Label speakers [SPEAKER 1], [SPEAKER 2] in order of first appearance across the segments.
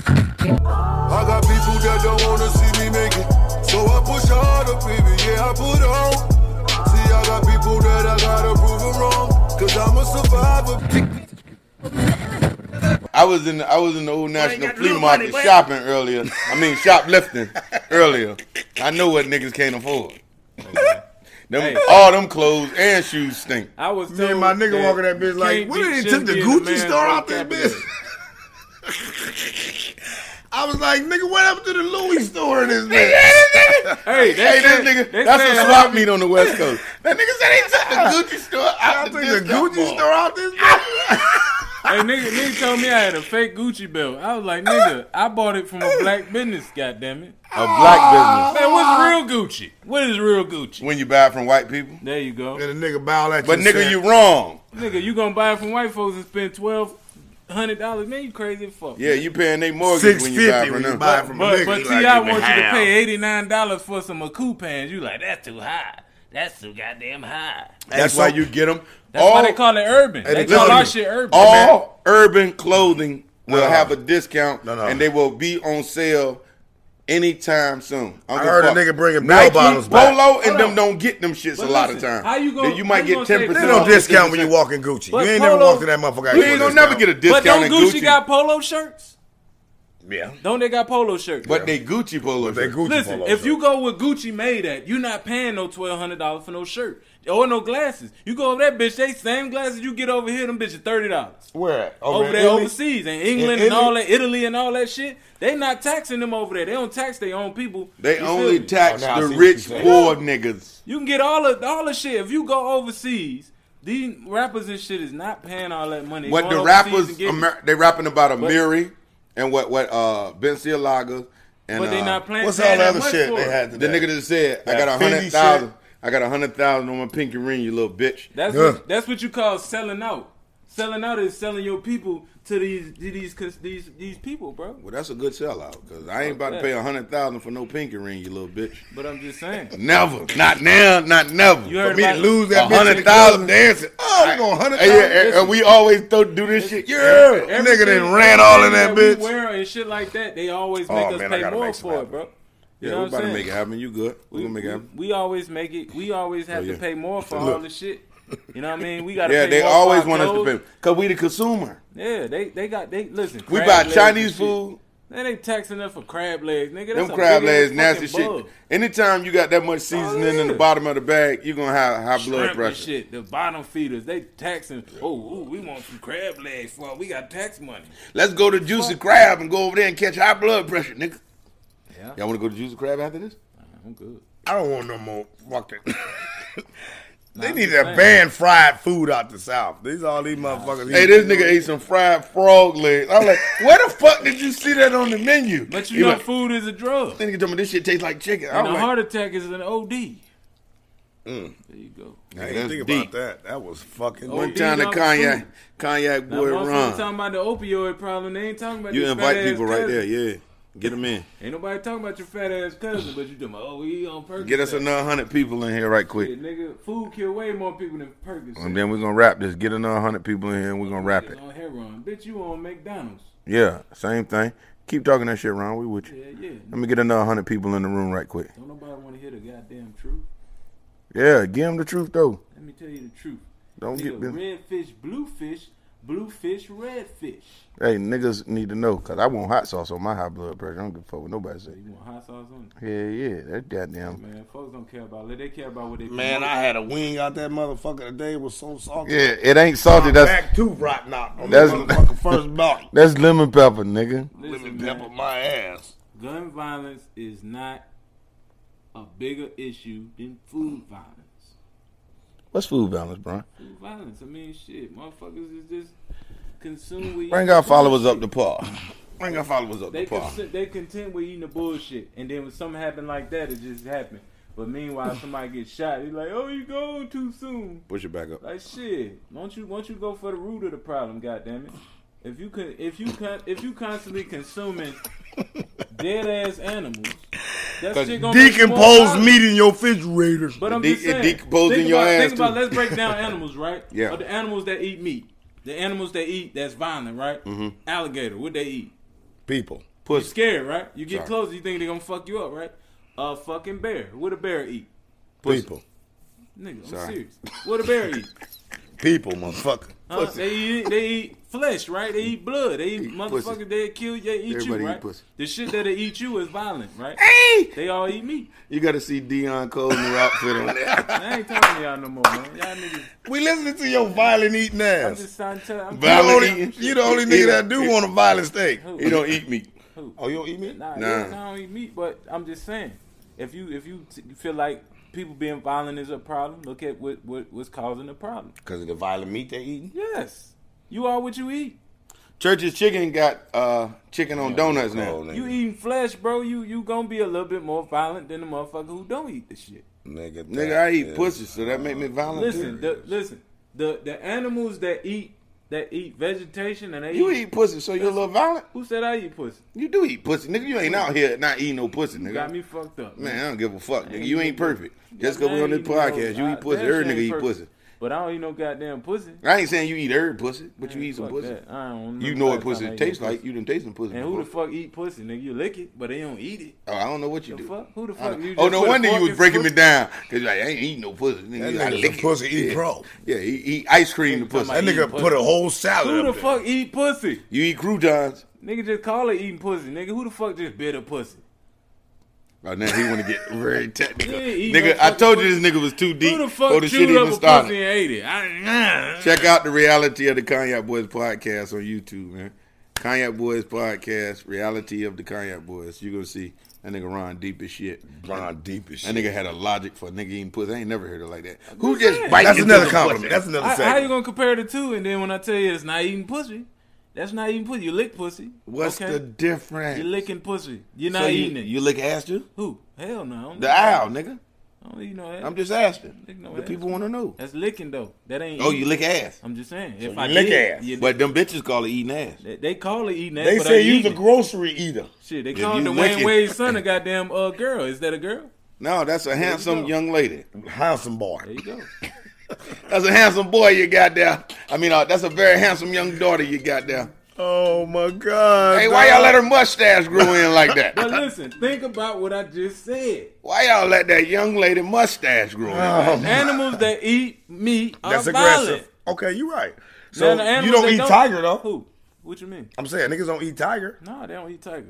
[SPEAKER 1] I got people that don't wanna see me make it. So I push hard up, baby, yeah, I put on. See, I got people that I gotta prove 'em wrong. Cause I'm a survivor.
[SPEAKER 2] I was in the, I was in the old national
[SPEAKER 3] got
[SPEAKER 2] flea
[SPEAKER 3] no
[SPEAKER 2] market
[SPEAKER 3] money, boy.
[SPEAKER 2] shopping earlier. I mean shoplifting earlier. I know what niggas can't afford. Them,
[SPEAKER 4] Hey.
[SPEAKER 2] All them clothes and shoes stink.
[SPEAKER 4] I was
[SPEAKER 3] Me and my
[SPEAKER 4] told
[SPEAKER 3] nigga walking that bitch
[SPEAKER 4] you
[SPEAKER 3] like,
[SPEAKER 4] can't
[SPEAKER 3] what
[SPEAKER 4] be-
[SPEAKER 3] did they took
[SPEAKER 4] shouldn't
[SPEAKER 3] the
[SPEAKER 4] be in
[SPEAKER 3] Gucci
[SPEAKER 4] man's
[SPEAKER 3] store out that
[SPEAKER 4] vocabulary."
[SPEAKER 3] bitch? I was like, nigga, what happened to the Louis store in this bitch?
[SPEAKER 4] Hey,
[SPEAKER 2] Hey,
[SPEAKER 4] that's
[SPEAKER 2] this nigga, that's a swap meet on the West Coast. That nigga said he took the Gucci store
[SPEAKER 3] I
[SPEAKER 2] out
[SPEAKER 3] took
[SPEAKER 2] the,
[SPEAKER 3] the
[SPEAKER 2] discount
[SPEAKER 3] Gucci
[SPEAKER 2] mall. Ah!
[SPEAKER 3] store out this bitch.
[SPEAKER 4] Hey, nigga, nigga told me I had a fake Gucci belt. I was like, nigga, I bought it from a black business. Goddamn it!
[SPEAKER 3] Ah.
[SPEAKER 2] A black business
[SPEAKER 4] Man, what's real Gucci? What is real Gucci?
[SPEAKER 2] when you buy it from white people.
[SPEAKER 4] There you go,
[SPEAKER 3] and the nigga bowed at you.
[SPEAKER 2] But
[SPEAKER 3] and
[SPEAKER 2] nigga,
[SPEAKER 3] said,
[SPEAKER 2] you wrong.
[SPEAKER 4] nigga. You gonna buy it from white folks and spend twelve hundred dollars? Man, you crazy as fuck.
[SPEAKER 2] Yeah, you paying their mortgage
[SPEAKER 3] six
[SPEAKER 2] when you
[SPEAKER 3] fifty
[SPEAKER 2] buy it from
[SPEAKER 3] when you
[SPEAKER 2] them.
[SPEAKER 3] buy it from a
[SPEAKER 4] But
[SPEAKER 3] nigga.
[SPEAKER 4] but
[SPEAKER 3] He
[SPEAKER 4] Ti
[SPEAKER 3] like,
[SPEAKER 4] wants you to
[SPEAKER 3] "Damn."
[SPEAKER 4] pay eighty nine dollars for some Maku pants. You like that's too high. That's too goddamn high.
[SPEAKER 2] That's why you get them.
[SPEAKER 4] That's why they call it urban. They
[SPEAKER 3] listen
[SPEAKER 4] call
[SPEAKER 3] to
[SPEAKER 4] our
[SPEAKER 3] me.
[SPEAKER 4] shit urban.
[SPEAKER 2] all urban clothing will
[SPEAKER 3] No.
[SPEAKER 2] have a discount
[SPEAKER 3] No, no.
[SPEAKER 2] and they will be on sale anytime soon. I,
[SPEAKER 3] I
[SPEAKER 2] don't give
[SPEAKER 3] heard a
[SPEAKER 2] fuck.
[SPEAKER 3] nigga bringing bell
[SPEAKER 2] Nike,
[SPEAKER 3] bottles back.
[SPEAKER 2] Polo and
[SPEAKER 4] Hold
[SPEAKER 2] them
[SPEAKER 4] on.
[SPEAKER 2] don't get them shits
[SPEAKER 4] But
[SPEAKER 2] a lot of
[SPEAKER 4] listen,
[SPEAKER 2] time.
[SPEAKER 4] how you gonna-
[SPEAKER 2] Then you might
[SPEAKER 4] how you
[SPEAKER 2] get
[SPEAKER 4] gonna say
[SPEAKER 2] 10%
[SPEAKER 3] They
[SPEAKER 4] No,
[SPEAKER 3] don't
[SPEAKER 2] off.
[SPEAKER 4] this
[SPEAKER 3] discount when you walk in Gucci. You
[SPEAKER 4] But
[SPEAKER 3] ain't never
[SPEAKER 4] Polo-
[SPEAKER 3] walked in that motherfucker.
[SPEAKER 2] You ain't gonna never get a
[SPEAKER 4] But
[SPEAKER 2] discount
[SPEAKER 4] don't
[SPEAKER 2] in
[SPEAKER 4] Gucci,
[SPEAKER 2] Gucci.
[SPEAKER 4] got polo shirts?
[SPEAKER 3] Yeah.
[SPEAKER 4] Don't they got polo shirts?
[SPEAKER 2] but they Gucci polo.
[SPEAKER 3] They
[SPEAKER 2] shirts.
[SPEAKER 3] Gucci
[SPEAKER 4] Listen,
[SPEAKER 3] polo
[SPEAKER 4] if
[SPEAKER 3] shirt.
[SPEAKER 4] you go with Gucci made at, you're not paying no twelve hundred dollars for no shirt or no glasses. You go over that bitch, they same glasses you get over here, them bitches thirty dollars.
[SPEAKER 3] Where at?
[SPEAKER 4] Over,
[SPEAKER 3] in
[SPEAKER 4] there
[SPEAKER 3] Italy?
[SPEAKER 4] overseas and England
[SPEAKER 3] In
[SPEAKER 4] and all that, Italy and all that shit, they not taxing them over there. They don't tax their own people.
[SPEAKER 2] They
[SPEAKER 4] You feel
[SPEAKER 2] only
[SPEAKER 4] me?
[SPEAKER 2] tax
[SPEAKER 3] Oh, now I see
[SPEAKER 2] the
[SPEAKER 3] what
[SPEAKER 2] rich
[SPEAKER 3] you're saying.
[SPEAKER 2] poor niggas.
[SPEAKER 4] You can get all of all the shit if you go overseas. These rappers and shit is not paying all that money. They
[SPEAKER 2] What
[SPEAKER 4] going
[SPEAKER 2] the
[SPEAKER 4] overseas and
[SPEAKER 2] rappers
[SPEAKER 4] getting-
[SPEAKER 2] Amer- they rapping about a Miri and what what uh Ben Cialaga and
[SPEAKER 4] but they
[SPEAKER 2] uh,
[SPEAKER 4] not playing.
[SPEAKER 3] What's
[SPEAKER 4] paying
[SPEAKER 3] all the
[SPEAKER 4] that
[SPEAKER 3] other
[SPEAKER 4] much
[SPEAKER 3] shit
[SPEAKER 4] for
[SPEAKER 3] they
[SPEAKER 4] it.
[SPEAKER 3] had
[SPEAKER 2] The
[SPEAKER 3] today?
[SPEAKER 2] nigga that said, "I
[SPEAKER 3] That
[SPEAKER 2] got a hundred
[SPEAKER 3] 50
[SPEAKER 2] thousand.
[SPEAKER 3] shit.
[SPEAKER 2] I got a hundred thousand on my pinky ring, you little bitch."
[SPEAKER 4] That's
[SPEAKER 3] Yeah.
[SPEAKER 4] what, that's what you call selling out. Selling out is selling your people to these to these cause these these people, bro.
[SPEAKER 2] Well, that's a good sellout because I ain't about to
[SPEAKER 4] that.
[SPEAKER 2] pay a hundred thousand for no pinky ring, you little bitch.
[SPEAKER 4] But I'm just saying.
[SPEAKER 2] Never, not now, not never.
[SPEAKER 4] You heard
[SPEAKER 2] for me to
[SPEAKER 4] about-
[SPEAKER 2] lose
[SPEAKER 3] that bitch in
[SPEAKER 2] that
[SPEAKER 3] the
[SPEAKER 2] hundred thousand
[SPEAKER 3] club.
[SPEAKER 2] dancing.
[SPEAKER 3] Oh, they going hundred
[SPEAKER 2] Hey, yeah, and,
[SPEAKER 3] thousand.
[SPEAKER 2] and we always throw, do this shit. Yeah,
[SPEAKER 3] Yeah. Nigga done ran all in that
[SPEAKER 4] everything
[SPEAKER 3] bitch.
[SPEAKER 4] we wear and shit like that, they always
[SPEAKER 3] Oh,
[SPEAKER 4] make us
[SPEAKER 3] man, I
[SPEAKER 4] pay
[SPEAKER 3] gotta
[SPEAKER 4] more
[SPEAKER 3] make some
[SPEAKER 4] for it,
[SPEAKER 3] happen.
[SPEAKER 4] bro. You
[SPEAKER 2] yeah,
[SPEAKER 4] know
[SPEAKER 2] we
[SPEAKER 4] what I'm
[SPEAKER 2] about to
[SPEAKER 4] saying?
[SPEAKER 2] make it happen. You good? We, gonna make it happen.
[SPEAKER 4] we always make it. We always have
[SPEAKER 2] Oh, yeah.
[SPEAKER 4] to pay more for all
[SPEAKER 3] Look.
[SPEAKER 4] the shit. You know what I mean? We gotta.
[SPEAKER 2] Yeah,
[SPEAKER 4] pay
[SPEAKER 2] they
[SPEAKER 4] more
[SPEAKER 2] always
[SPEAKER 4] for
[SPEAKER 2] want
[SPEAKER 4] our
[SPEAKER 2] us to
[SPEAKER 4] clothes.
[SPEAKER 2] pay because we the consumer.
[SPEAKER 4] Yeah, they they got they listen.
[SPEAKER 2] We
[SPEAKER 4] crab
[SPEAKER 2] buy
[SPEAKER 4] legs and
[SPEAKER 2] Chinese
[SPEAKER 4] shit.
[SPEAKER 2] food.
[SPEAKER 4] Man, they taxing us for crab legs, nigga. That's
[SPEAKER 2] Them
[SPEAKER 4] a
[SPEAKER 2] crab
[SPEAKER 4] big-ass
[SPEAKER 2] legs, nasty
[SPEAKER 4] fucking
[SPEAKER 2] shit.
[SPEAKER 4] bug. Oh,
[SPEAKER 2] Anytime you got that much seasoning in the
[SPEAKER 4] yeah.
[SPEAKER 2] bottom of the bag, you're gonna have high blood
[SPEAKER 4] shrimp and
[SPEAKER 2] pressure.
[SPEAKER 4] shit. The bottom feeders, they taxing. Oh, ooh, we want some crab legs. Well, we got tax money.
[SPEAKER 2] Let's go to Juicy Crab and go over there and catch high blood pressure, nigga.
[SPEAKER 4] Yeah.
[SPEAKER 2] Y'all want to go to Juicy Crab after this?
[SPEAKER 4] I'm good.
[SPEAKER 3] I don't want no more. Fuck it. They
[SPEAKER 4] I'm
[SPEAKER 3] need
[SPEAKER 4] just
[SPEAKER 3] to
[SPEAKER 4] saying.
[SPEAKER 3] ban fried food out the south. These all these motherfuckers.
[SPEAKER 2] Hey,
[SPEAKER 3] eat.
[SPEAKER 2] this nigga ate some fried frog legs. I'm like, where the fuck did you see that on the menu?
[SPEAKER 4] But
[SPEAKER 2] He
[SPEAKER 4] you know,
[SPEAKER 2] like,
[SPEAKER 4] food is a drug.
[SPEAKER 2] This nigga told me this shit tastes like chicken. I'm
[SPEAKER 4] And a
[SPEAKER 2] like,
[SPEAKER 4] heart attack is an OD.
[SPEAKER 2] Mm.
[SPEAKER 4] There you go.
[SPEAKER 3] I
[SPEAKER 2] Hey, that's
[SPEAKER 3] didn't think
[SPEAKER 2] deep.
[SPEAKER 3] about that. That was fucking.
[SPEAKER 4] Oh,
[SPEAKER 2] one
[SPEAKER 4] ODs
[SPEAKER 2] time the
[SPEAKER 4] off
[SPEAKER 2] cognac,
[SPEAKER 4] food.
[SPEAKER 2] cognac
[SPEAKER 4] Now,
[SPEAKER 2] boy
[SPEAKER 4] most people talking
[SPEAKER 2] run.
[SPEAKER 4] about the opioid problem. They ain't talking about
[SPEAKER 2] You
[SPEAKER 4] your
[SPEAKER 2] invite
[SPEAKER 4] fat-ass
[SPEAKER 2] people right
[SPEAKER 4] cousin.
[SPEAKER 2] there, yeah. Get them in.
[SPEAKER 4] Ain't nobody talking about your fat ass cousin, but you talking about oh we on Percocet.
[SPEAKER 2] Get us another hundred people in here right
[SPEAKER 4] Yeah,
[SPEAKER 2] quick,
[SPEAKER 4] nigga, food kill way more people than Percocet.
[SPEAKER 2] and then we're gonna wrap this. Get another hundred people in here, and we're gonna wrap
[SPEAKER 4] Niggas
[SPEAKER 2] it.
[SPEAKER 4] on heroin, bitch. You on McDonald's?
[SPEAKER 2] Yeah, same thing. Keep talking that shit, Ron. We with you.
[SPEAKER 4] Yeah, yeah.
[SPEAKER 2] Let me get another hundred people in the room right quick.
[SPEAKER 4] Don't nobody want to hear the goddamn truth.
[SPEAKER 2] Yeah, give them the truth though.
[SPEAKER 4] Let me tell you the truth.
[SPEAKER 2] Don't
[SPEAKER 4] Nigga,
[SPEAKER 2] get them.
[SPEAKER 4] red fish, blue fish, blue fish, red fish.
[SPEAKER 2] Hey, niggas need to know because I want hot sauce on my high blood pressure. I don't give a fuck what nobody say.
[SPEAKER 4] You want hot sauce on
[SPEAKER 2] Yeah, yeah, that goddamn.
[SPEAKER 4] it? Man, folks don't care about it. They care about what they
[SPEAKER 3] Man, I had a wing out that motherfucker today. It was so salty.
[SPEAKER 2] Yeah, it ain't salty.
[SPEAKER 3] My
[SPEAKER 2] That's
[SPEAKER 3] back tooth rotten out on
[SPEAKER 2] That's-
[SPEAKER 3] the motherfucker first bite.
[SPEAKER 2] that's lemon pepper, nigga.
[SPEAKER 4] Listen,
[SPEAKER 3] Lemon
[SPEAKER 4] man,
[SPEAKER 3] pepper my ass.
[SPEAKER 4] gun violence is not a bigger issue than food violence.
[SPEAKER 2] What's food balance, Brian?
[SPEAKER 4] Food violence. I mean, shit, motherfuckers is just consumed with.
[SPEAKER 2] Bring
[SPEAKER 4] eating
[SPEAKER 2] our followers
[SPEAKER 4] bullshit.
[SPEAKER 2] up to par. Bring our followers up
[SPEAKER 4] They
[SPEAKER 2] to par.
[SPEAKER 4] cons- they content with eating the bullshit, and then when something happened like that, it just happened. But meanwhile, somebody gets shot. He's like, "Oh, you go too soon."
[SPEAKER 2] Push it back up.
[SPEAKER 4] Like shit, won't you won't you go for the root of the problem? Goddamn it! If you could, if you con- if you constantly consuming dead ass animals, that shit gonna make you more
[SPEAKER 3] Decomposed
[SPEAKER 4] violent.
[SPEAKER 3] meat in your refrigerator.
[SPEAKER 4] But I'm
[SPEAKER 2] It
[SPEAKER 4] just
[SPEAKER 2] de- it
[SPEAKER 4] saying,
[SPEAKER 2] decomposed
[SPEAKER 4] think
[SPEAKER 2] in your
[SPEAKER 4] about,
[SPEAKER 2] ass,
[SPEAKER 4] Think about
[SPEAKER 2] too.
[SPEAKER 4] let's break down animals, right?
[SPEAKER 2] Yeah.
[SPEAKER 4] Or the animals that eat meat. The animals they eat that's violent, right?
[SPEAKER 2] Mm-hmm.
[SPEAKER 4] Alligator, what they eat?
[SPEAKER 3] People.
[SPEAKER 4] You
[SPEAKER 2] Pussy.
[SPEAKER 4] scared, right? You get
[SPEAKER 2] Sorry.
[SPEAKER 4] closer, you think they gonna fuck you up, right? A fucking bear. What a bear eat?
[SPEAKER 3] People.
[SPEAKER 4] Nigga, I'm
[SPEAKER 2] Sorry.
[SPEAKER 4] serious. What a bear eat?
[SPEAKER 3] People, motherfucker.
[SPEAKER 4] Huh? They eat they eat flesh, right? They eat blood. They eat,
[SPEAKER 2] Eat pussy.
[SPEAKER 4] motherfuckers. They kill you. They eat
[SPEAKER 2] Everybody eat
[SPEAKER 4] you, right?
[SPEAKER 2] pussy.
[SPEAKER 4] The shit that they eat you is violent, right?
[SPEAKER 2] Hey!
[SPEAKER 4] They all eat meat.
[SPEAKER 2] You gotta see Dion Cole new outfit on there.
[SPEAKER 4] I ain't talking to y'all no more, man. Y'all niggas.
[SPEAKER 3] We listening to your violent eating
[SPEAKER 4] I'm
[SPEAKER 3] ass.
[SPEAKER 4] just trying to tell. I'm
[SPEAKER 3] You the
[SPEAKER 2] Violent
[SPEAKER 3] only,
[SPEAKER 2] eating.
[SPEAKER 3] you the only
[SPEAKER 2] He
[SPEAKER 3] nigga that
[SPEAKER 2] don't-
[SPEAKER 3] do want a violent steak.
[SPEAKER 4] Who?
[SPEAKER 2] He don't eat meat.
[SPEAKER 4] Who?
[SPEAKER 2] Oh, you don't eat meat?
[SPEAKER 4] Nah,
[SPEAKER 2] Nah.
[SPEAKER 4] yeah, I don't eat meat, but I'm just saying, if you if you, t- you feel like people being violent is a problem, look at what, what what's causing the problem.
[SPEAKER 2] Because of the violent meat they eating.
[SPEAKER 4] Yes, you are what you eat.
[SPEAKER 2] Church's chicken got uh, chicken on donuts now.
[SPEAKER 3] cold,
[SPEAKER 4] You
[SPEAKER 3] Nigga.
[SPEAKER 4] eating flesh, bro. You you gonna be a little bit more violent than the motherfucker who don't eat the shit.
[SPEAKER 3] Nigga,
[SPEAKER 2] Nigga,
[SPEAKER 3] that
[SPEAKER 2] I eat
[SPEAKER 3] is-
[SPEAKER 2] pussy, so that make me violent. Listen,
[SPEAKER 4] Listen, the, listen. The the animals that eat that eat vegetation and they
[SPEAKER 2] you eat pussy, so you're a little violent.
[SPEAKER 4] Who said I eat pussy?
[SPEAKER 2] You do eat pussy, nigga. You ain't out here not eating no pussy,
[SPEAKER 4] You got
[SPEAKER 2] nigga.
[SPEAKER 4] me fucked up,
[SPEAKER 2] Man, I don't give a fuck, nigga. You ain't perfect. Just
[SPEAKER 4] I
[SPEAKER 2] because we on this
[SPEAKER 4] ain't eating no-
[SPEAKER 2] podcast, you
[SPEAKER 4] I-
[SPEAKER 2] eat pussy.
[SPEAKER 4] that
[SPEAKER 2] Every
[SPEAKER 4] shit
[SPEAKER 2] nigga
[SPEAKER 4] ain't
[SPEAKER 2] eat
[SPEAKER 4] perfect.
[SPEAKER 2] pussy.
[SPEAKER 4] But I don't eat no goddamn pussy.
[SPEAKER 2] I ain't saying you eat every pussy, but you eat some
[SPEAKER 4] Fuck
[SPEAKER 2] pussy.
[SPEAKER 4] that. I don't
[SPEAKER 2] You
[SPEAKER 4] remember
[SPEAKER 2] know
[SPEAKER 4] last
[SPEAKER 2] what
[SPEAKER 4] time I
[SPEAKER 2] pussy
[SPEAKER 4] ate
[SPEAKER 2] tastes
[SPEAKER 4] pussy.
[SPEAKER 2] like. You done tasted some pussy.
[SPEAKER 4] And who the
[SPEAKER 2] before.
[SPEAKER 4] fuck eat pussy, nigga? You lick it, but they don't eat it.
[SPEAKER 2] Oh, I don't know what you
[SPEAKER 4] The
[SPEAKER 2] do.
[SPEAKER 4] fuck? Who the
[SPEAKER 2] I
[SPEAKER 4] fuck?
[SPEAKER 2] don't-
[SPEAKER 4] You
[SPEAKER 2] Oh,
[SPEAKER 4] just
[SPEAKER 2] no
[SPEAKER 4] put a
[SPEAKER 2] wonder
[SPEAKER 4] fork
[SPEAKER 2] you was
[SPEAKER 4] in
[SPEAKER 2] breaking me
[SPEAKER 4] pussy?
[SPEAKER 2] down because like I ain't eating no pussy. Nigga,
[SPEAKER 3] That
[SPEAKER 2] you gotta
[SPEAKER 3] nigga's
[SPEAKER 2] lick
[SPEAKER 3] a
[SPEAKER 2] it.
[SPEAKER 3] pussy eating
[SPEAKER 2] yeah.
[SPEAKER 3] pro.
[SPEAKER 2] Yeah, he eat ice cream to
[SPEAKER 4] Talking
[SPEAKER 2] pussy.
[SPEAKER 3] That
[SPEAKER 4] about
[SPEAKER 3] nigga
[SPEAKER 4] Eating
[SPEAKER 3] put a
[SPEAKER 4] pussy.
[SPEAKER 3] whole salad
[SPEAKER 4] Who
[SPEAKER 3] up
[SPEAKER 4] the
[SPEAKER 3] there.
[SPEAKER 4] fuck eat pussy?
[SPEAKER 2] You eat croutons.
[SPEAKER 4] Nigga just call it eating pussy, nigga. Who the fuck just bit a pussy?
[SPEAKER 2] Oh, now he want to get very technical.
[SPEAKER 4] Yeah, he
[SPEAKER 2] nigga,
[SPEAKER 4] no
[SPEAKER 2] I told you
[SPEAKER 4] fucking
[SPEAKER 2] this nigga was too deep
[SPEAKER 4] Who the fuck
[SPEAKER 2] before the shit
[SPEAKER 4] chewed up
[SPEAKER 2] even
[SPEAKER 4] a
[SPEAKER 2] started.
[SPEAKER 4] pussy and ate it? I,
[SPEAKER 2] Check out the reality of the Kanye Boys podcast on YouTube, man. Kanye Boys podcast, reality of the Kanye Boys. You gonna see that nigga Ron deep as shit.
[SPEAKER 3] Ron deep as
[SPEAKER 2] That
[SPEAKER 3] shit.
[SPEAKER 2] nigga had a logic for a nigga eating pussy. I ain't never heard it like that. Who
[SPEAKER 4] just
[SPEAKER 2] just
[SPEAKER 4] saying.
[SPEAKER 2] bites
[SPEAKER 3] That's
[SPEAKER 2] into
[SPEAKER 3] another
[SPEAKER 2] the
[SPEAKER 3] compliment.
[SPEAKER 2] pussy?
[SPEAKER 3] That's another
[SPEAKER 4] I, how you
[SPEAKER 3] segment.
[SPEAKER 4] gonna compare the two? And then when I tell you it's not eating pussy, that's not eating pussy. You lick pussy.
[SPEAKER 2] What's
[SPEAKER 4] okay?
[SPEAKER 2] the difference?
[SPEAKER 4] You licking pussy. You're
[SPEAKER 2] So
[SPEAKER 4] not
[SPEAKER 2] you,
[SPEAKER 4] eating it.
[SPEAKER 2] You lick ass too?
[SPEAKER 4] Who? Hell no. I don't
[SPEAKER 2] The
[SPEAKER 4] lick-
[SPEAKER 2] owl, nigga.
[SPEAKER 4] I don't eat no ass.
[SPEAKER 2] I'm just asking.
[SPEAKER 4] Lick no
[SPEAKER 2] the
[SPEAKER 4] ass.
[SPEAKER 2] people want to know.
[SPEAKER 4] That's licking though. That ain't.
[SPEAKER 2] Oh,
[SPEAKER 4] eating.
[SPEAKER 2] you lick ass.
[SPEAKER 4] I'm just saying. If I
[SPEAKER 3] you lick
[SPEAKER 4] did,
[SPEAKER 3] ass.
[SPEAKER 4] you-
[SPEAKER 2] But them bitches call it eating ass.
[SPEAKER 4] they, they call it eating ass.
[SPEAKER 3] They
[SPEAKER 4] but I
[SPEAKER 3] say you's
[SPEAKER 4] eat
[SPEAKER 3] a
[SPEAKER 4] it.
[SPEAKER 3] grocery eater.
[SPEAKER 4] Shit, they
[SPEAKER 2] If
[SPEAKER 4] call
[SPEAKER 2] you lick
[SPEAKER 4] Dwayne
[SPEAKER 2] it-
[SPEAKER 4] Wade's son a goddamn uh, girl. Is that a girl?
[SPEAKER 2] No, that's a handsome
[SPEAKER 4] go.
[SPEAKER 2] young lady.
[SPEAKER 3] Handsome boy.
[SPEAKER 4] There you go.
[SPEAKER 2] That's a handsome boy you got there. I mean, uh, that's a very handsome young daughter you got there.
[SPEAKER 3] Oh my god.
[SPEAKER 2] Hey, why y'all let
[SPEAKER 3] her
[SPEAKER 2] her mustache grow in like
[SPEAKER 4] But
[SPEAKER 2] that?
[SPEAKER 4] listen, think about what I just said.
[SPEAKER 2] Why y'all let that young lady mustache grow in? like
[SPEAKER 4] Oh,
[SPEAKER 2] that?
[SPEAKER 4] Animals that eat meat are
[SPEAKER 3] That's
[SPEAKER 4] violent.
[SPEAKER 3] aggressive. Okay, you right.
[SPEAKER 4] Now,
[SPEAKER 3] So
[SPEAKER 4] the animals
[SPEAKER 3] you don't
[SPEAKER 4] that
[SPEAKER 3] eat tiger though.
[SPEAKER 4] Who? What you mean?
[SPEAKER 3] I'm saying niggas don't eat tiger.
[SPEAKER 4] No, they don't eat tiger.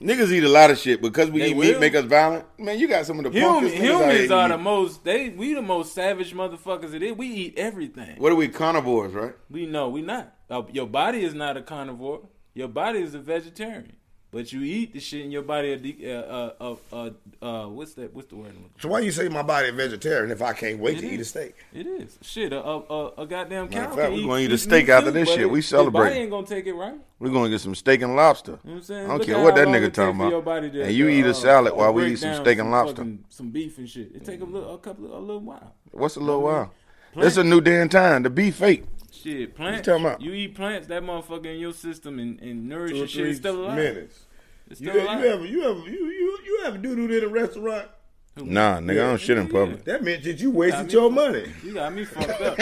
[SPEAKER 2] Niggas eat a lot of shit because we
[SPEAKER 4] They
[SPEAKER 2] eat meat
[SPEAKER 4] will.
[SPEAKER 2] make us violent. Man, you got some of the
[SPEAKER 4] Human,
[SPEAKER 2] punkest niggas out here
[SPEAKER 4] humans
[SPEAKER 2] eating
[SPEAKER 4] are the
[SPEAKER 2] meat.
[SPEAKER 4] most. They we the most savage motherfuckers. It is. We eat everything.
[SPEAKER 2] What are we carnivores, right?
[SPEAKER 4] We know we not. Uh, your body is not a carnivore. Your body is a vegetarian. But you eat the shit, and your body a de- uh, uh, uh, uh, uh, what's that? What's the word? I'm looking
[SPEAKER 3] So why you say my body vegetarian if I can't wait
[SPEAKER 4] It
[SPEAKER 3] to eat a
[SPEAKER 4] is.
[SPEAKER 3] steak?
[SPEAKER 4] It is shit. A, a, a, a goddamn
[SPEAKER 2] Matter
[SPEAKER 4] cow.
[SPEAKER 2] of fact,
[SPEAKER 4] can
[SPEAKER 2] we gonna eat a
[SPEAKER 4] meat
[SPEAKER 2] steak after
[SPEAKER 4] too,
[SPEAKER 2] this
[SPEAKER 4] but
[SPEAKER 2] shit.
[SPEAKER 4] it-
[SPEAKER 2] We
[SPEAKER 4] the
[SPEAKER 2] celebrating.
[SPEAKER 4] body ain't gonna take it right.
[SPEAKER 2] We're gonna get some steak and lobster.
[SPEAKER 4] You know what I'm saying?
[SPEAKER 2] I don't
[SPEAKER 4] Look
[SPEAKER 2] care
[SPEAKER 4] at
[SPEAKER 2] what
[SPEAKER 4] how
[SPEAKER 2] that
[SPEAKER 4] long it
[SPEAKER 2] nigga
[SPEAKER 4] takes
[SPEAKER 2] talking
[SPEAKER 4] for your
[SPEAKER 2] about.
[SPEAKER 4] body to,
[SPEAKER 2] And you eat
[SPEAKER 4] uh,
[SPEAKER 2] a salad
[SPEAKER 4] to
[SPEAKER 2] while we
[SPEAKER 4] break
[SPEAKER 2] eat some
[SPEAKER 4] down
[SPEAKER 2] steak and
[SPEAKER 4] some
[SPEAKER 2] lobster.
[SPEAKER 4] fucking- Some beef and shit. It take a little, a couple, of, a little while.
[SPEAKER 2] What's a little while?
[SPEAKER 4] Plant-
[SPEAKER 2] It's a new day and time. The beef fake.
[SPEAKER 4] Shit, plants.
[SPEAKER 3] talking about?
[SPEAKER 4] You eat plants, that motherfucker in your system and, and nourish
[SPEAKER 3] Two or
[SPEAKER 4] your shit.
[SPEAKER 3] three
[SPEAKER 4] It's still alive.
[SPEAKER 3] minutes.
[SPEAKER 4] It's
[SPEAKER 3] You,
[SPEAKER 4] still
[SPEAKER 3] you
[SPEAKER 4] alive.
[SPEAKER 3] ever you ever you you you ever doo doo in a restaurant?
[SPEAKER 2] Nah, nigga, I don't shit in public.
[SPEAKER 3] That meant that you wasted
[SPEAKER 4] I mean-
[SPEAKER 3] your money.
[SPEAKER 4] You got me fucked up.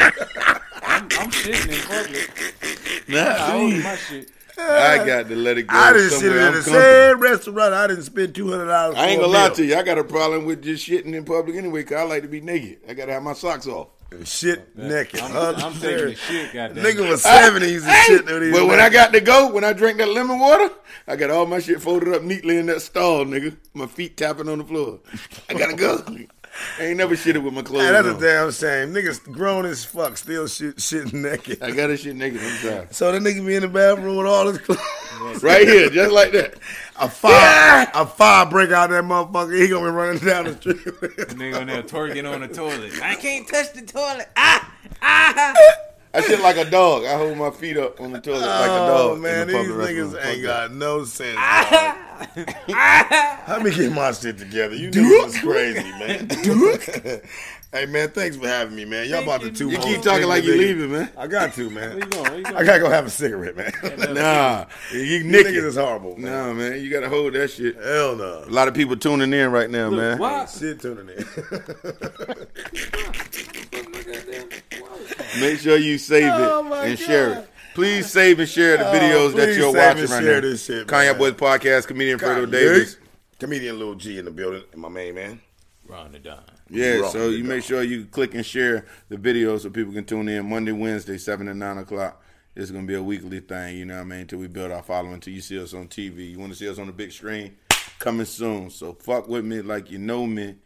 [SPEAKER 4] I'm, I'm shitting in public. I hold my shit.
[SPEAKER 2] I got to let it go.
[SPEAKER 3] I didn't sit
[SPEAKER 2] somewhere
[SPEAKER 3] in
[SPEAKER 2] I'm
[SPEAKER 3] the
[SPEAKER 2] comfortable.
[SPEAKER 3] same restaurant. I didn't spend two hundred dollars.
[SPEAKER 2] I ain't gonna lie to you. I got a problem with just shitting in public anyway, cause I like to be naked. I gotta have my socks off.
[SPEAKER 3] Shit naked.
[SPEAKER 4] I'm,
[SPEAKER 3] Huh?
[SPEAKER 4] I'm taking the shit, goddamn.
[SPEAKER 3] Nigga was seventies and shit.
[SPEAKER 2] But
[SPEAKER 3] when he
[SPEAKER 2] when
[SPEAKER 3] was
[SPEAKER 2] I
[SPEAKER 3] naked.
[SPEAKER 2] got to go, when I drink that lemon water, I got all my shit folded up neatly in that stall, nigga. My feet tapping on the floor. I gotta go. I ain't never shitted with my clothes
[SPEAKER 3] Man, that's a
[SPEAKER 2] on.
[SPEAKER 3] damn shame. Niggas grown as fuck, still shit shit naked.
[SPEAKER 2] I gotta shit naked. I'm sorry.
[SPEAKER 3] So that nigga be in the bathroom with all his clothes.
[SPEAKER 2] Right here, just like that.
[SPEAKER 3] A fire, a fire break out that motherfucker. He gonna be running down the street.
[SPEAKER 4] Nigga in there twerking on the toilet. I can't.
[SPEAKER 2] I shit like a dog. I hold my feet up on the toilet like a
[SPEAKER 3] oh
[SPEAKER 2] dog.
[SPEAKER 3] man,
[SPEAKER 2] in the
[SPEAKER 3] these
[SPEAKER 2] public
[SPEAKER 3] niggas ain't
[SPEAKER 2] restroom. Fuck that.
[SPEAKER 3] got no sense. dog. Let me get my shit together. You niggas is crazy, man. hey man, thanks for having me, man. Y'all about to two.
[SPEAKER 2] You keep talking like you leaving, man.
[SPEAKER 3] I got to,
[SPEAKER 4] Where you
[SPEAKER 3] man.
[SPEAKER 4] going? Where you going?
[SPEAKER 3] I gotta go have a cigarette, man.
[SPEAKER 2] Nah, you
[SPEAKER 3] These niggas
[SPEAKER 2] naked.
[SPEAKER 3] is horrible. Man.
[SPEAKER 2] Nah, man, you gotta hold that shit.
[SPEAKER 3] Hell no.
[SPEAKER 2] A lot of people tuning in right now,
[SPEAKER 4] Look,
[SPEAKER 2] man.
[SPEAKER 4] Why?
[SPEAKER 3] Shit tuning in.
[SPEAKER 2] Make sure you save
[SPEAKER 3] Oh,
[SPEAKER 2] it
[SPEAKER 3] my
[SPEAKER 2] and share
[SPEAKER 3] God.
[SPEAKER 2] it. Please save and share the
[SPEAKER 3] Oh,
[SPEAKER 2] videos that
[SPEAKER 3] please
[SPEAKER 2] you're
[SPEAKER 3] save
[SPEAKER 2] watching
[SPEAKER 3] and
[SPEAKER 2] right
[SPEAKER 3] share
[SPEAKER 2] now.
[SPEAKER 3] this shit,
[SPEAKER 2] Kanye
[SPEAKER 3] man.
[SPEAKER 2] Boys Podcast, comedian Fredo
[SPEAKER 3] Kanye.
[SPEAKER 2] Davis.
[SPEAKER 3] Comedian Lil G in the building, and my main man.
[SPEAKER 4] Ron the Don.
[SPEAKER 2] Yeah,
[SPEAKER 3] Rock
[SPEAKER 2] so
[SPEAKER 3] it
[SPEAKER 2] you
[SPEAKER 3] down.
[SPEAKER 2] make sure you click and share the video so people can tune in Monday, Wednesday, seven to nine o'clock. It's gonna be a weekly thing, you know what I mean? Until we build our following, until you see us on TV. You want to see us on the big screen? Coming soon. So fuck with me like you know me,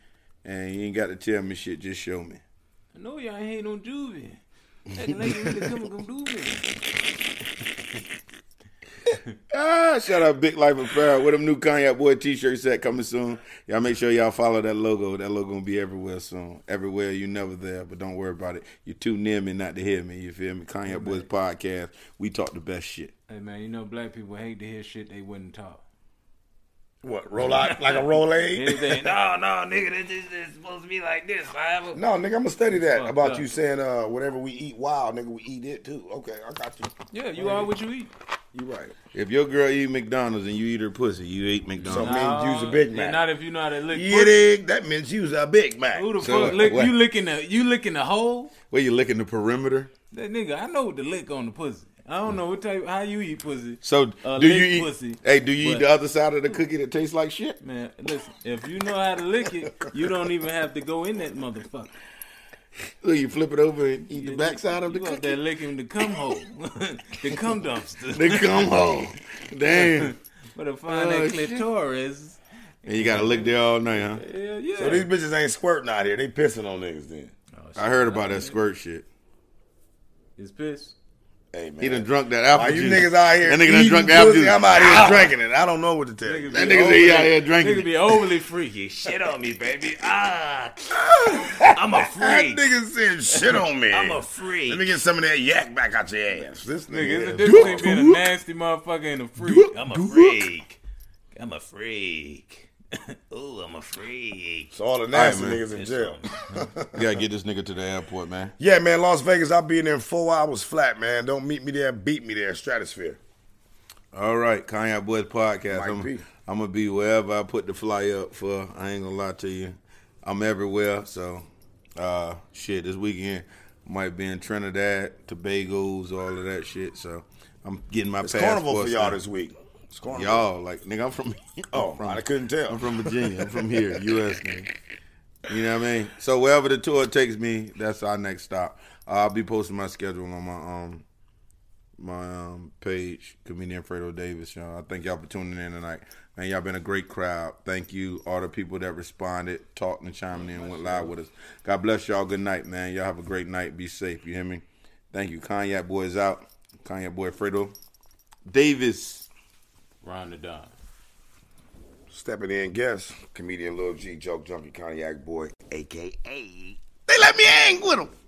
[SPEAKER 2] and you ain't got to tell me shit. Just show me.
[SPEAKER 4] I know y'all ain't no juvie. That lady really come and come juvie.
[SPEAKER 2] Ah, shout out Big Life Apparel with them new Kanye Boy T-shirt set coming soon. Y'all make sure y'all follow that logo. That logo gonna be everywhere soon. Everywhere you never there, but don't worry about it. You too near me not to hear me. You feel me? Kanye Boys podcast. We talk the best shit.
[SPEAKER 4] Hey man, you know black people hate to hear shit they wouldn't talk.
[SPEAKER 3] What roll out like a roll aid?
[SPEAKER 4] Anything? no, no, Oh, nigga, this is this is supposed to be like this. Forever.
[SPEAKER 3] No, nigga, I'm gonna study that
[SPEAKER 4] Fucked
[SPEAKER 3] about
[SPEAKER 4] up.
[SPEAKER 3] you saying uh, whatever we eat wild, nigga, we eat it too. Okay, I got you.
[SPEAKER 4] Yeah, you are what you eat.
[SPEAKER 3] You right.
[SPEAKER 2] If your girl eat McDonald's and you eat her pussy, you eat McDonald's.
[SPEAKER 3] So- I mean, use a Big Mac.
[SPEAKER 4] Not if you know how to lick.
[SPEAKER 3] Yeah,
[SPEAKER 4] pussy.
[SPEAKER 3] dig, that means use a Big Mac.
[SPEAKER 4] Who the
[SPEAKER 2] So,
[SPEAKER 4] fuck lick?
[SPEAKER 2] what?
[SPEAKER 4] You licking the you licking the hole?
[SPEAKER 2] Where you licking the perimeter?
[SPEAKER 4] That nigga, I know the lick on the pussy. I don't know what type how you eat pussy.
[SPEAKER 2] So
[SPEAKER 4] Uh,
[SPEAKER 2] do
[SPEAKER 4] lick
[SPEAKER 2] you eat?
[SPEAKER 4] pussy.
[SPEAKER 2] Hey, do you
[SPEAKER 4] But-
[SPEAKER 2] eat the other side of the cookie that tastes like shit?
[SPEAKER 4] Man, listen, if you know how to lick it, you don't even have to go in that motherfucker.
[SPEAKER 2] Look, you flip it over and eat the backside of the
[SPEAKER 4] you out there
[SPEAKER 2] cookie.
[SPEAKER 4] licking the cum hole, the cum dumpster.
[SPEAKER 2] They come home. Damn.
[SPEAKER 4] But to find
[SPEAKER 2] Oh,
[SPEAKER 4] that
[SPEAKER 2] shit.
[SPEAKER 4] clitoris,
[SPEAKER 2] And you gotta lick there all night, huh?
[SPEAKER 4] yeah, yeah. Oh,
[SPEAKER 3] So these bitches ain't squirting out here. They pissing on niggas then.
[SPEAKER 2] I heard about that squirt shit.
[SPEAKER 4] it's piss.
[SPEAKER 3] Hey man.
[SPEAKER 2] He done drunk that apple
[SPEAKER 3] Why
[SPEAKER 2] juice.
[SPEAKER 3] you niggas out here?
[SPEAKER 2] That nigga done
[SPEAKER 3] eating
[SPEAKER 2] drunk the apple
[SPEAKER 3] pussy?
[SPEAKER 2] juice.
[SPEAKER 3] I'm out here drinking it. I don't know what to tell you.
[SPEAKER 4] Niggas
[SPEAKER 2] That
[SPEAKER 4] be
[SPEAKER 2] nigga say he out here drinking
[SPEAKER 4] Niggas
[SPEAKER 2] it.
[SPEAKER 4] be overly freaky. Shit on me, baby. Ah, I'm a
[SPEAKER 3] That
[SPEAKER 4] freak.
[SPEAKER 3] nigga said shit on me.
[SPEAKER 4] I'm a freak.
[SPEAKER 3] Let me get some of that yak back out your ass. This
[SPEAKER 4] Nigga,
[SPEAKER 3] nigga.
[SPEAKER 4] it's a
[SPEAKER 3] is-
[SPEAKER 4] difference between being a nasty motherfucker and a freak. I'm a freak. I'm a freak. Ooh, I'm a freak.
[SPEAKER 3] So all the nasty
[SPEAKER 2] All right, man.
[SPEAKER 3] niggas in jail.
[SPEAKER 2] You gotta get this nigga to the airport, man.
[SPEAKER 3] Yeah, man, Las Vegas. I'll be in there in four hours flat, man. Don't meet me there. Beat me there. Stratosphere.
[SPEAKER 2] All right, Kanye Boys podcast.
[SPEAKER 3] Mike
[SPEAKER 2] I'm,
[SPEAKER 3] P.
[SPEAKER 2] I'm gonna be wherever I put the fly up for. I ain't gonna lie to you. I'm everywhere. So, uh, shit, this weekend might be in Trinidad, Tobago's, all of that shit. So, I'm getting my
[SPEAKER 3] It's
[SPEAKER 2] passport.
[SPEAKER 3] carnival for y'all
[SPEAKER 2] stamp.
[SPEAKER 3] this week. It's carnival.
[SPEAKER 2] Y'all, like, nigga, I'm from. I'm
[SPEAKER 3] Oh,
[SPEAKER 2] from-
[SPEAKER 3] I couldn't tell.
[SPEAKER 2] I'm from Virginia. I'm from here, U.S. nigga. You know what I mean? So wherever the tour takes me, that's our next stop. Uh, I'll be posting my schedule on my um my um page, comedian Fredo Davis. Y'all, I thank y'all for tuning in tonight. Man, y'all been a great crowd. Thank you all the people that responded, talked and chiming in, went live with us. God bless y'all. Good night, man. Y'all have a great night. Be safe. You hear me? Thank you. Kanye boys out. Kanye boy Fredo Davis.
[SPEAKER 4] Ron the Don.
[SPEAKER 3] Stepping in, guest comedian Lil G, joke junkie, cognac boy, aka. They let me hang with him.